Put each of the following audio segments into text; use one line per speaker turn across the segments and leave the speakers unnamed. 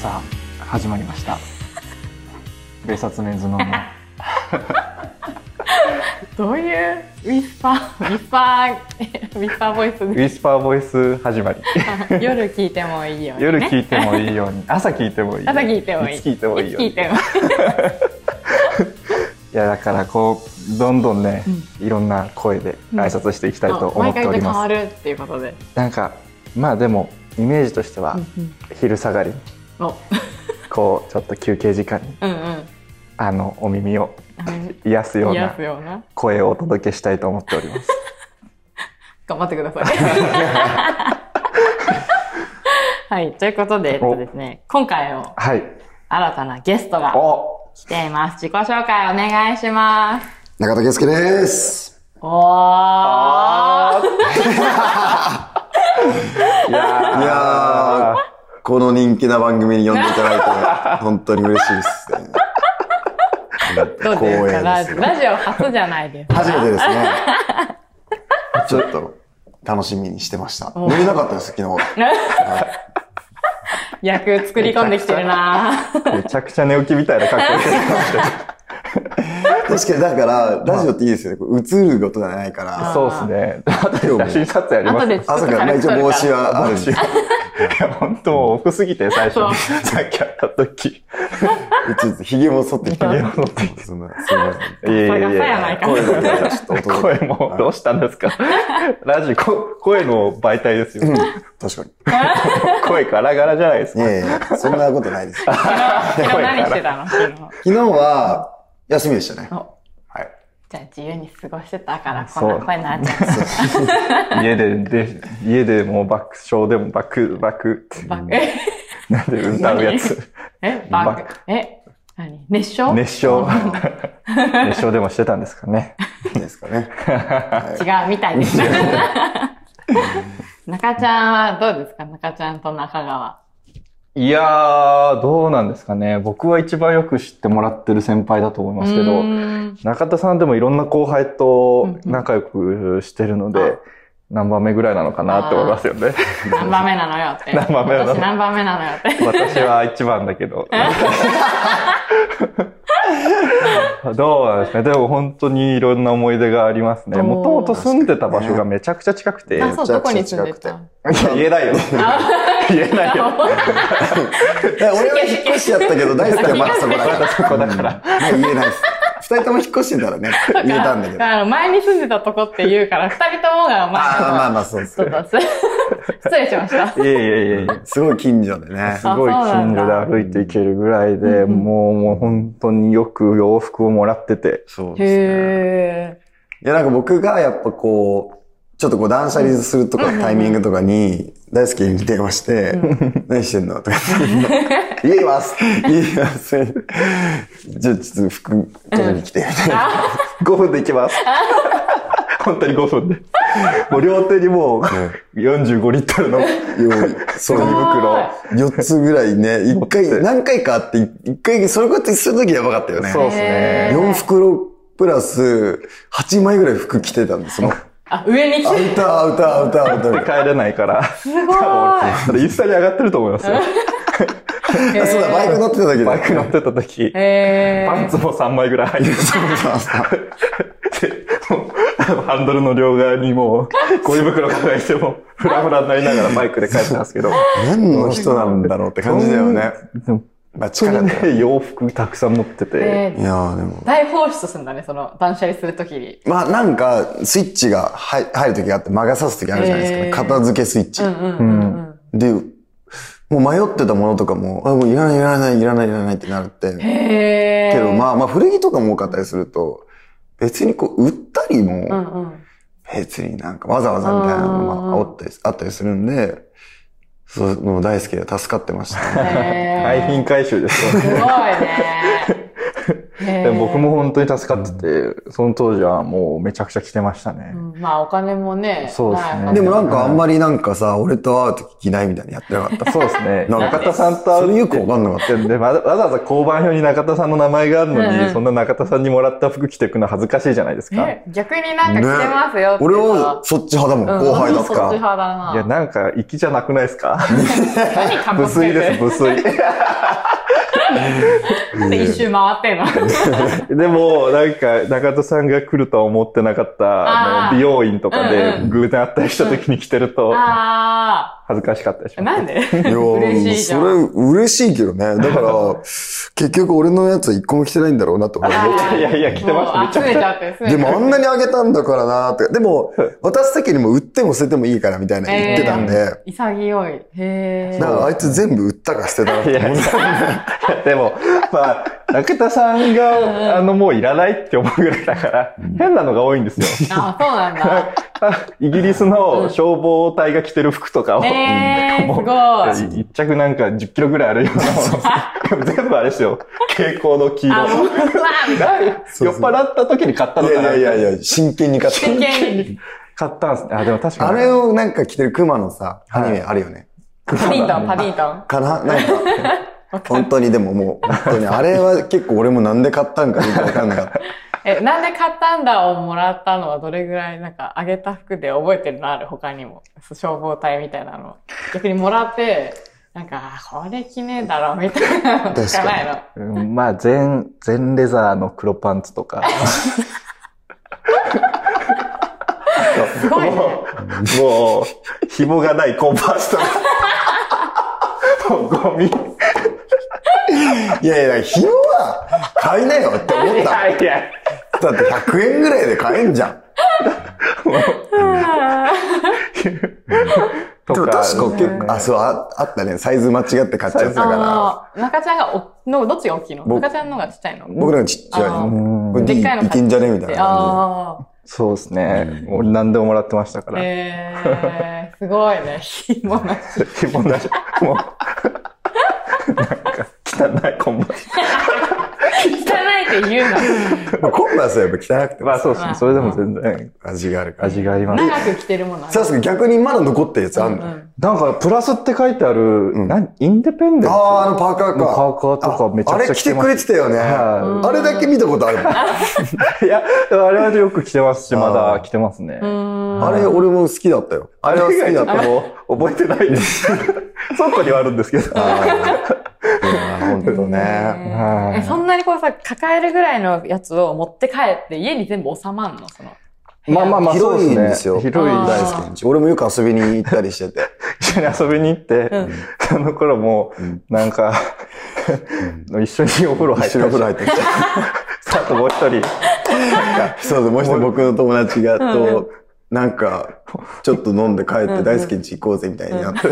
さあ始まりま した別冊メンズの
どういうウィスパー、ウィスパー、ウィスパーボイス
ウ
で
ィスパーボイス始まり
夜聞いてもいいよ、ね。
夜聞いてもいいよう に朝聞いてもいいように
朝聞いてもい
つ
い。
聞いてもいいように
つ聞いてもいい
いやだからこうどんどんね、いろんな声で挨拶していきたいと思
毎
ってお
回
り
で変
ます、
わるっていうことで。
なんかまあでもイメージとしては、
うん
昼下がりに
うんお
こうちょっと休憩時間に
うんうん
あのお耳を
あの。
癒すよう
癒
な
すような。
声をお届けしたいと思っており ます
頑張ってください。 はい、ということで、えっとですね、今回も
はい
新たなゲストが
お
来ています。自己紹介お願いします。
中田圭介です。
おー
いや
いやー、この人気な番組に呼んでいただいて、本当に嬉しいですね。
どうですかラ
光栄
ジ
で
オ
す
ラジオ初じゃないですか。
初めてですね。ちょっと、楽しみにしてました。寝れなかったです、昨日。
役作り込んできてる なぁ。
ーめちゃくちゃ寝起きみたいな格好してました
確かに、だから、ラジオっていいですよね。こう映ることがないから。
そうですね。あとで写真撮影あります
後でちょっ
朝
と
から、まあ一応帽子はあるん で、
いや、本当もうオフすぎて、最初
そう
に。さっき会った時。い
ちょっと髭も剃ってきて。
髭も剃って
すみません。
えいえい
ガサガサやない
え
か
声だけはちょっと音が
声も、どうしたんですか ラジコ、声の媒体ですよ。
確かに。
声ガラガラじゃないです
い
か。
やいや、そんなことないです。
昨日何してたの昨日。
昨日は、休みでしたね。
お
はい。
じゃあ自由に過ごしてたから、こ
そうん
な声になっちゃう。
家で、で、家でもう爆笑でも爆、爆って、
バック。 え
なんで歌うやつ。
えバック。え何熱唱
熱唱。 熱唱でもしてたんですかね。
いいですかね。
違うみたいです。 中ちゃんはどうですか中ちゃんと中川。
いやー、どうなんですかね。僕は一番よく知ってもらってる先輩だと思いますけど
う、ーん
中田さんでもいろんな後輩と仲良くしてるので、
うん
何番目ぐらいなのかなって思いますよね。
何番目なのよって。
何番目なの
私何番目なのよって。
私は一番だけ ど。どうなんですかねでも本当にいろんな思い出がありますね。
おー
もともと住んでた場所がめちゃくちゃ近くて。い
あ、そう、どこに住んで
めちゃ
た
く
や言えないよ。言えないよ。
いや俺は引っ越しやったけど、大好きはまだそこだから。
そこだから。
まあ言えないです。二人とも引っ越してたらね、言えたんだけど。あ
あの、前に住んでたとこって言うから、二人ともが前の
あ、まあまあそうです
ちょっ。とす失礼しました。
いえいえいえいえ。
すごい近所でね
す。ごい近所で歩いていけるぐらいで、もうもう本当によく洋服をもらってて。
そうですね。
へ
いや、なんか僕がやっぱこう、ちょっとこう断捨離するとかタイミングとかに、大好きに電話して、何してんのとかって言います言いますじゃあちょっと服取りに来て、みたいな。
5分で行きます。本当に5分で。もう両手にもう45リットルの
用意そう
ゴミ袋を。
4つぐらい ね、一回、何回かあって、一回、それこうやってするときやばかったよね。
そうです
へ
ね。
4袋プラス8枚ぐらい服着てたんです、その。
ーあ、上に来
ア
て
ウター、アウター、アウター、アウター。
帰れないから。す
ごい
インスタに上がってると思いますよ。
る。
あそうだ、バイク乗ってただけ
バイ
だ。
ク乗ってた時、
へ
パン
ー
ツも3枚ぐらい入ってて、もうハンドルの両側にもう、ゴミ袋抱えても、フラフラになりながらバイクで帰ってたんですけど。
何の人なんだろうって感じだよね。
でも
まあ、
本
力
当
だ
に
よ。
ね、洋服たくさん持ってて。
え
い
ー
やーでも。
大放出すんだね、その、断捨離するときに。
まあ、なんか、スイッチが入入るときがあって、間が差すときあるじゃない
えー
ですか。片付けスイッチ。
うん。
で、もう迷ってたものとかも、あ、もういらない、いらない、いらない、いらないってなるって。
へー
けど、まあまあ古着とかも多かったりすると、別にこう売ったり
う
も、
んうん。
別になんかわざわざみたいなの
うん
もあったりあったりするんで、そう、もう 大好きで助かってましたね。
へー
廃品回収ですよね。
すごいね。へ
で僕も本当に助かってて、その当時はもうめちゃくちゃ来てましたね。
うんまあお金もね。
そうですね
ないから
でもなんかあんまりなんかさ、俺と会うときないみたいにやってなかった。
そうですね。
なん
中
か
田さんと
それ
会う
よ
っ
く
て
わかんなかった。
ででわざわざわざ交番表に中田さんの名前があるのに、
うんうん
そんな中田さんにもらった服着てくの恥ずかしいじゃないですか。
ね逆になんか来てますよっていう
俺
の
は
は。
そっち派だもん、
うん
後輩だっ
そっち
たら。
派だな。
いや、なんか、粋じゃなくないですか
何かっ
無
こつけ
粋
て
です、無粋。
なんで一周回ってんの
でも、なんか、中田さんが来るとは思ってなかった、
あー
あの、美容院とか
うんう
で
ん
偶然会ったりした時に着てると、
あ
恥ずかしかったでし
あ。
ょ。
なんで
い や、
嬉しいじゃん。
それ嬉しいけどね。だから、結局俺のやつ一個も着てないんだろうなと思って。
あー
いやいや着てます
もう
めちゃくちゃ
集めちゃって、集めちゃって
でもあんなにあげたんだからなとか。でも、渡す時にも売っても捨ててもいいからみたいな言ってたんで。
潔い。へえ。
だからあいつ全部売ったか捨てたかって
い
思
やいや、でも、まあ、中田さんが、あの、もういらないって思うぐらいだから、変なのが多いんですよ。
あ、そうな んだ。
イギリスの消防隊が着てる服とかを、
えー、す
もう
ごい。
い一着なんか10キロぐらいあるようなもの。でも全部あれですよ。蛍光の黄色。
あ、もう、うわみたいな。
酔っ払った時に買った
う
の
い
か
や
ない
やいやいや、真剣に買った。
真剣に。
買ったんですね。あ、でも確か
あ
に。
れをなんか着てる熊のさ、
はい
アニメあるよね。
パディントン、パディントン。
か ななんか、本当にでももう、本当に、あれは結構俺もなんで買ったんかよくわかんなかった。
え、なんで買ったんだをもらったのはどれぐらい、なんか、あげた服で覚えてるのある他にも。消防隊みたいなの。逆にもらって、なんか、あこれ着ねえだろ、みたいなの。
かに
しかないの。
うんまあ、全、全レザーの黒パンツとか。
すごいね。
もう、紐がないコンパースとか。もうゴミ。い
いやいや、紐は買いなよって思った。
やいや。
だって100円ぐらいで買えんじゃん。
とか。
でも確か結構、あ、そう、ああったね。サイズ間違って買っちゃってたから。
あの、中ちゃんがお、の、どっちが大きいの
僕
中ちゃんの方がちっちゃいの
僕らのちっちゃい
あ
の。
ー
これ
で
い
っかいの買っ
けんじゃねみたいな感
ああ。
そうですね。俺何でももらってましたから。
えー、すごいね。紐なし。
紐なし。もう。なんか、汚いコンパース。
汚いって言うな。
じ。まあコンバースはやっぱ汚くて
まあ
も
そうですね。それでも全然
味があるから。
味があり ます。
長く着てるものある
さすが逆にまだ残ってるやつあん
う
の
ん
なんか、プラスって書いてある、何インデペンデンス
ああ、あのパーカーか。
パーカーとかめちゃくちゃ着てま
あ
す
あれ着てくれてたよね。
は
あれだけ見たことあるもん。
いや、あれはよく着てますし、
あー
まだ着てますね。
うん。
あれ俺も好きだったよ。あれは好きだっ
ちょっと
た。
もう覚えてないです。倉庫にはあるんですけど。
本当ね。
はい
えそんなにこうさ、抱えるぐらいのやつを持って帰って家に全部収まんのその。
まあまあまあ、そう
広
です
いん
ね。
ですよ。
広いん
あ
で
大
す
好きんち俺もよく遊びに行ったりしてて。
一緒に遊びに行って、
うん
その頃も、なんか、一緒にお風呂入って
白風呂入ってきて。
あともう一人、
そうそう、もう一人僕の友達がと、なんか、ちょっと飲んで帰って大好きんち行こうぜみたいになって。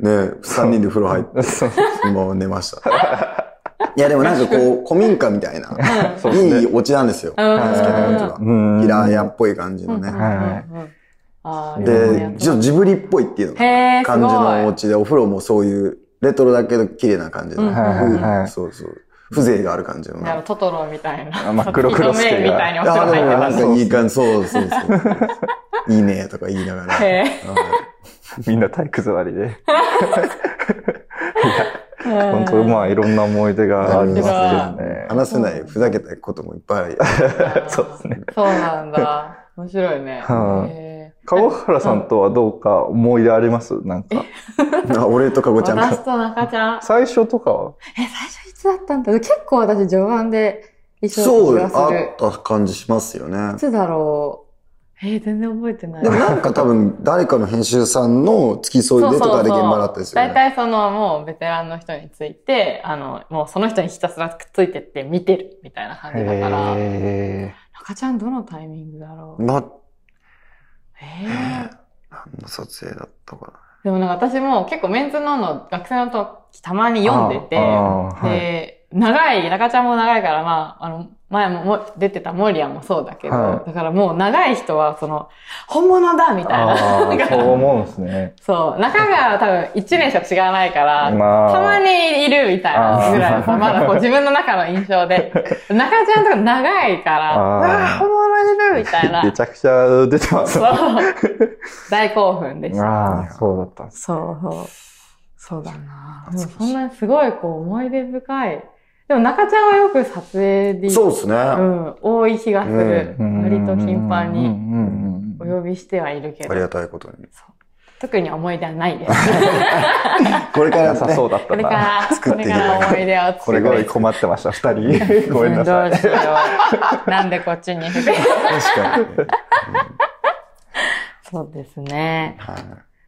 ね三人で風呂入って、
そう
そのまま寝ました。いやでもなんかこう、古民家みたいな、
そうですね
いいオチなんですよ。
うん
助けたやつが。
うん
平屋っぽい感じのね。
は
うんうんあーいろんなや
で、
つ
ちょっとジブリっぽいっていうのかな
へー、す
感じのお
ごい。
家で、お風呂もそういう、レトロだけど綺麗な感じの。
うんはい
はいはい
そうそう。風情がある感じのね。
なんかトトロみたいな。
あまあ黒黒助が
人の目みたいにお
あ
風呂
ーでも
入
な
っ
ん
て
かいい感じ。そうそうそう。いいねとか言いながら。
た。へ
い。みんな体育座りで。
え。う
本
ん
当まあいろんな思い出がありますけどね。
話せない、ふざけたこともいっぱいある。
そうですね。
そうな んだ。面白いね。
はい
へー
川原さんとはどうか思い出ありますなんか。
あ俺とかごちゃんが。
私と中ちゃん。
最初とかは
え、最初いつだったんだ結構私序盤で一緒
そう、
だった気が
あ
す
っ
る。
た感じしますよね
い。つだろう。えー全然覚えてない
で。もなんか多分、誰かの編集さんの付き添いでとかで現場だったですよ
大
ね。
体そのもうベテランの人について、あの、もうその人にひたすらくっついてって見てるみたいな感じだから、
へ
中ちゃんどのタイミングだろう。
な、
えー
何の撮影だったか
でもなんか私も結構メンズノンの学生の時たまに読んでて、
ああああはい
で、長い、中ちゃんも長いから、まあ、あの、前もも出てたモリアもそうだけど、
はい
だからもう長い人は、その、本物だみたいな。
あ
なん
あ、
か
そう思うんですね。
そう、中川は多分1年しか違わないから、
まあ
たまにいるみたいなぐらい
あ
さ、
ー
まだこう自分の中の印象で、中ちゃんとか長いから、
あー
わあ、本物いるみたい な
め。ちゃくちゃ出てます
そう
ね。。
大興奮でした。
ああ、そうだったんです。
そうそう。そうだな。でもそんなにすごいこう思い出深い。でも中ちゃんはよく撮影で、
そうですね。
う
あ
ん、多い気がする。
うん
割と頻繁
うん
にお
うんうん
呼びしてはいるけ
り
ど、
がたいことに。
特に思い出はないです。
これから
な
です
さ
ね。
そうだった
これか
な。
ら、
作
こ
って
れ
いけ
か
ば
ら思い出を作って。
すごい困ってました、二人。 ごめんなさい。
どうしよう。なんでこっちに
確かに。
そうですね。
はい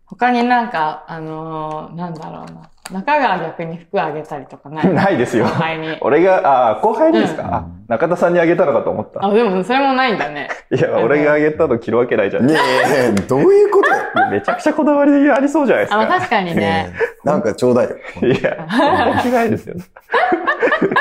他になんか、あのーなんだろうな。中川逆に服あげたりとかない
ないですよ
後。輩に。
俺が、ああ、後輩にです
う
か、あ中田さんにあげたのかと思った。
あ、でもそれもないんだね。
いや、俺があげたの着るわけないじゃん。
ねえ、ねえどういうことよ
めちゃくちゃこだわりありそうじゃないです
あ、まあ
か。
確かにね。
なんかちょう だいよ。
いや、そんな着ないですよ。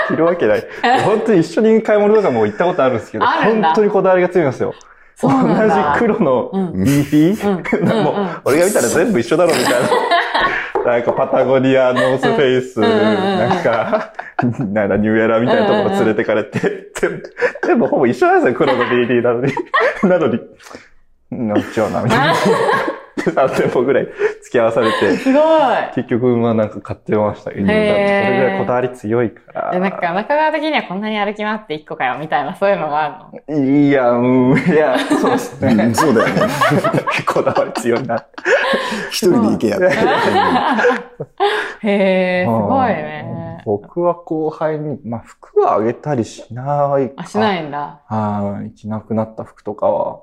着るわけない。本当に一緒に買い物とかも行ったことあるんですけど、
あるん
本
だ
当にこだわりが強いんですよ。
そうなんだ。
同じ黒の
う
ビーフィー、
う ん
も
うん
う、俺が見たら全部一緒だろみたいな。なんかパタゴニア、ノースフェイス、
んうんうん
なんか、なんだ、ニューエラみたいなところ連れてかれて、全部、全部ほぼ一緒なんですよ、黒の BD なのに。なのに、乗っちゃうな、みたいな。3店舗ぐらい付き合わされて、
すごい。
結局、まあなんか買ってましたけど、そ
へー
れぐらいこだわり強いか
え、なん
ら。
か中川的にはこんなに歩き回って1個かよ、みたいな、そういうのがあるの。
いや、うん、いや、そうです
う
ね。
んそうだよね。
こだわり強いな。
一人で 行けやって。
へえ、すごい
うん
ね。
僕は後輩に、まあ、服はあげたりしないか。。
あ、しないいんだ。
はい。着なくなった服とかは。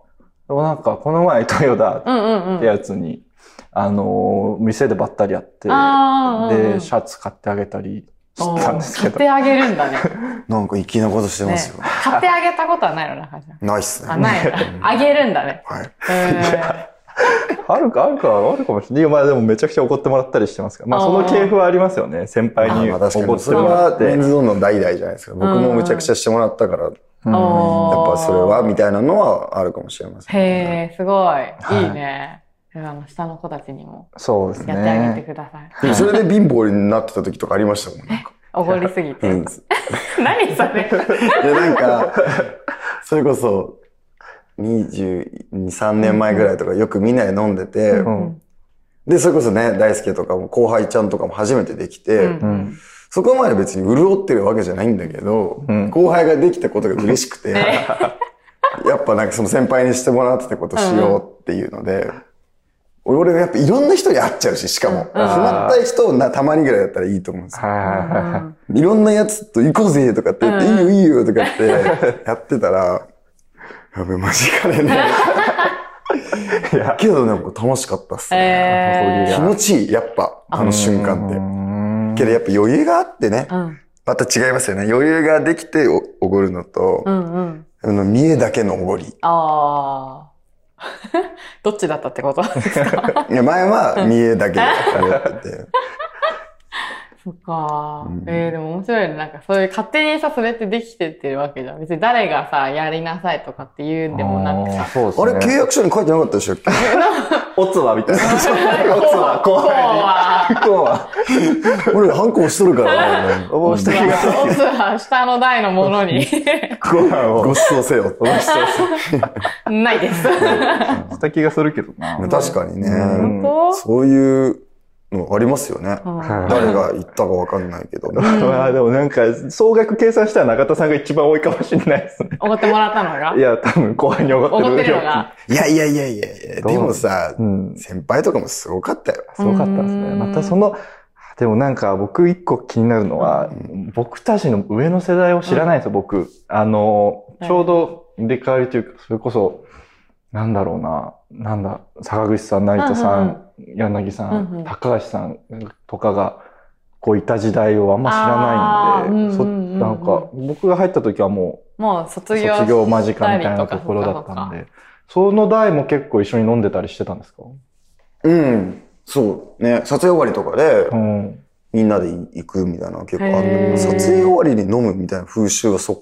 でもなんか、この前、トヨダ
うんうんう
っ
ん。
てやつに、あのー店でばったりやって、
あーうんうん
で、シャツ買ってあげたりしたんですけ
おー
ど。
買ってあげるんだね。
なんか粋なことしてますよ。
買ってあげたことはないの、中ちゃん。
ないっすね。
あ、ないんだ。あげるんだね。
はい。
へー
あるか、あるか、あるかもしれない。まあでもめちゃくちゃ怒ってもらったりしてますから。まあその系譜はありますよね。先輩に
ま
怒っ
あ確
て
かに。それ
もら
は
っ、
レ
て。
ンズドンの代々じゃないですか。僕もむちゃくちゃしてもらったから、や
うん
っぱそれは、みたいなのはあるかもしれませんね。
へえ、すごい。いいね。あの、下の子たちにも
そうですね。
やってあげてください。
でもそれで貧乏になってた時とかありましたもん。なんか
おごりすぎ
う
て。
ん。
何それ。
いや、なんか、それこそ、22、3年前ぐらいとかよくみんなで飲んでて、
うん。
で、それこそね、大輔とかも後輩ちゃんとかも初めてできて、
うん
うん。
そこまで別に潤ってるわけじゃないんだけど、
うん
後輩ができたことが嬉しくて、 やっぱなんかその先輩にしてもらってたことしようっていうので、俺俺やっぱいろんな人に会っちゃうし、しかも。決まった人をなたまにぐらいだったらいいと思うんですよ。
はい
ろんなやつと行こうぜとかって言って、いいよいいよとかって やってたら、やべ、マジかね。
いはい。
けどなんか楽しかったっすね。
へ
え
ー
気持ちいい、やっぱ、あの瞬間って。
間
けどやっぱ余裕があってね
ー。う、ん。
また違いますよね。余裕ができておおごるのと
う、んうん。
あの、見えだけのおごり。い
あー。どっちだったってこと
や、前は見えだけでおごってて。
そっか
うん。
えー、でも面白いね。なんかそういう勝手にさ、それってできてってるわけじゃん。別に誰がさ、やりなさいとかって言うんでもなくさ。
そうです
あ
ね。
れ、契約書に書いてなかったでしたっけ
おつわみたいな。おつわ、後
こう
輩
は、
に。こうは。
俺ら反抗しとる からね。
お一人が
おつは下の台のものに。
ご飯を。
ごちそうせよ。
ないです。
した気がするけどな。
確か
う
にね。
ん
本
そういうのありますよね。
当、
はい
誰が言ったかわかんないけ ど。
まあでもなんか、総額計算したら中田さんが一番多いかもしれないですね。
おごってもらったのが
いや、多分後輩におご
おごっ
っててる
る
料
の
金。
が。
いやいやいやいやいや、
どう
でもさ
う、ん。
先輩とかもすごかったよ。
すごかったです
う
ね。
ん
またその、でもなんか僕一個気になるのは、僕たちの上の世代を知らないんですよ、僕。あの、
はい
ちょうど入れ替わりというか、それこそ、なんだろうな、なんだ、坂口さん、成田さん、柳さん、
うんうん
高橋さんとかが、こういた時代をあんま知らないんで、
あー
そ
うんうんうんうん
なんか、僕が入った時はも
もう
う、
卒業
卒業間近みたいなところだったんで、その代も結構一緒に飲んでたりしてたんですか
うん。そう。ね、撮影終わりとかで
う、ん。
みんなで行くみたいなのは結構あん
へー
の撮影終わりに飲むみたいな風習はそっ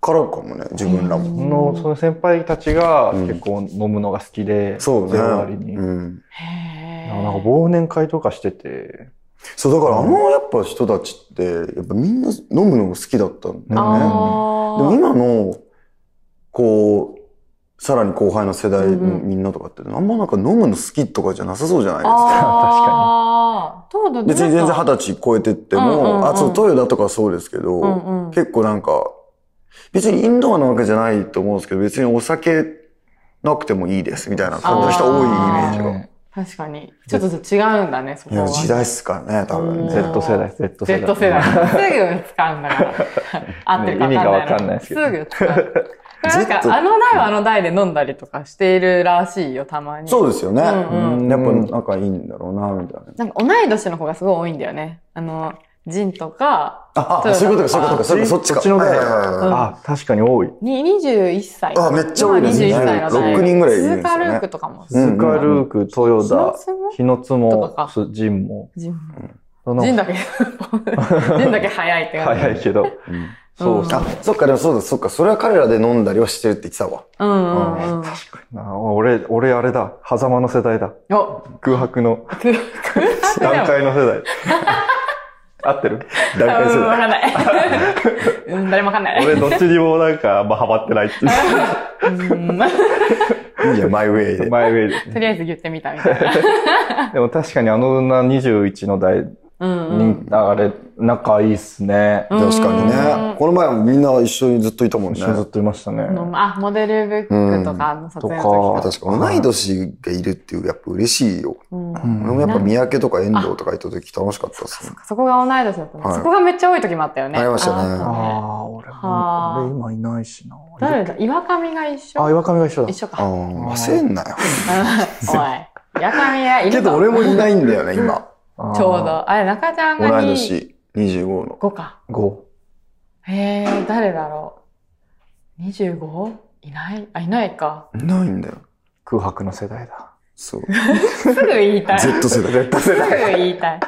からかもね、自分らも。
そのその先輩たちが結構飲むのが好きで、
そうね。
手代わりに。
うん。
へ
なんかなんか
ー
忘年会とかしてて、
そう、だからあのやっぱ人たちって、やっぱみんな飲むのが好きだったんだよね。
あ
でも
ー
今の、こう、さらに後輩の世代の
うんうん
みんなとかって、あんまなんか飲むの好きとかじゃなさそうじゃないですか。
あー、確かに。どうだ
別に全然二
た。
十歳超えてって
うんうんうん
も、あ、そう、トヨだとかそうですけど、
うんうん
結構なんか、別にインドアなわけじゃないと思うんですけど、別にお酒なくてもいいですみたいな感じの人多いイメージ
あ
が。
確かに。ちょっと違うんだね、そこ
いや、
は。
時代っすからね、多分
うん
ね。
Z 世代、Z 世代。
Z 世代。すぐ掴んだから。合ってるか分かんないな。
意味が分かんないですけど
ぐ掴んだ。なん
Z
か、あの代はあの代で飲んだりとかしているらしいよ、たまに。
そうですよね。
うん
うん
やっぱなんかいいんだろうな、みたいな。
なんか同い年の子がすごい多いんだよね。あの、ジンとか、
あ、
そう
あそういうことか、そういうことか、そういうこと
そっちそ
か、そっちか。
っちの方
はいはいはいはい
あ、確かに多い。
に21歳。
あめっちゃ多いですね
今21歳の代。
六人ぐらいいるんですよね
鈴鹿ルークとかも。
う
ス
ん
カルーク、豊田、
ジ
日野津も
とかか、
すジンも。
ン
その
ジンだけ、 ジンだけ早いって感じ。
早いけど。
うん
そうそう
あ、そっか、でもそうだ、そっか、それは彼らで飲んだりはしてるって言ってたわ。
うんうんうん。
な。俺、俺あれだ。狭間の世代だ。
お、
空白の、
空白
段
でも。
階の世 代。合ってる
段階
う
世
んわ
代。
かんない。うん、誰もわかんない。
俺、どっちにもなんか、あんまハマってないっていう。
うん
いいじゃん、マイウェイで。
マイウェイですね
とりあえず言ってみたみたいな。
でも確かにあの女21の代
うんう
に、
ん
あれ、仲いいっすね。
確かにね。この前もみんな一緒にずっといたもんね。
一緒にずっといましたね。
のあ、モデルブックとかの撮
う
影の
ん
時
と
とか。
確か同い年がいるっていう、やっぱ嬉しいよ。
うん
俺もやっぱ三宅とか遠藤とかいた時楽しかったですね。
そこが同い年だったの
はい
そこがめっちゃ多い時もあったよね。
ありましたね
あ
あ
の
あ、俺
はあ
も、俺今いないしな。
誰だ岩上が一
あ、
緒
岩上が一緒だ
一。緒
ああ、
か。
忘れんなよ。
おい。岩上がいる
けど俺もいないんだよね、今。
あー
ちょう。ど。あれ、中ちゃん
同い
が2、
年、25の。
5か。
5。
へえ、誰だろう。25? いないあ、いないか。
いないんだよ。
空白の世代だ。
そう。
すぐ言いたい。す
Z 世代。
ぐ言いたい。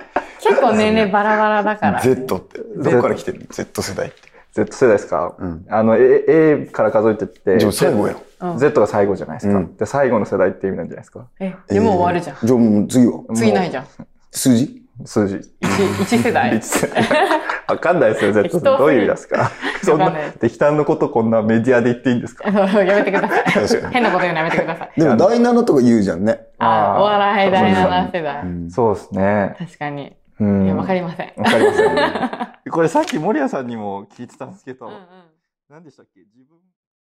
結構年齢バラバラだから。
Z って。どこから来てるの ?Z 世代って。
Z 世代ですか
うん。
あの、A, A から数えてって、
でも最後やん。
うん
Z が最後じゃないですか、
うん
で、最後の世代って意味なんじゃないですか
え、でもう終わるじゃん。
じゃあもう次は
次ないじゃん。
数字
数字。
一一世 代。
一世代わかんないですよ、Z
適当すぎ
どういう意味ですかそんな
わかんない、
適当のことこんなメディアで言っていいんですか
あのやめてくださ
確
い
か。に
変なこと言うのやめてください。
でも第7とか言うじゃんね。
あ
あー
お笑い第7世
う
代。
ん
そうですね。
確かに。
う
いや、
ん。
わかりません。
わ かりますよね。これさっき森谷さんにも聞いてたんですけど、
うんうん
何でしたっけ自分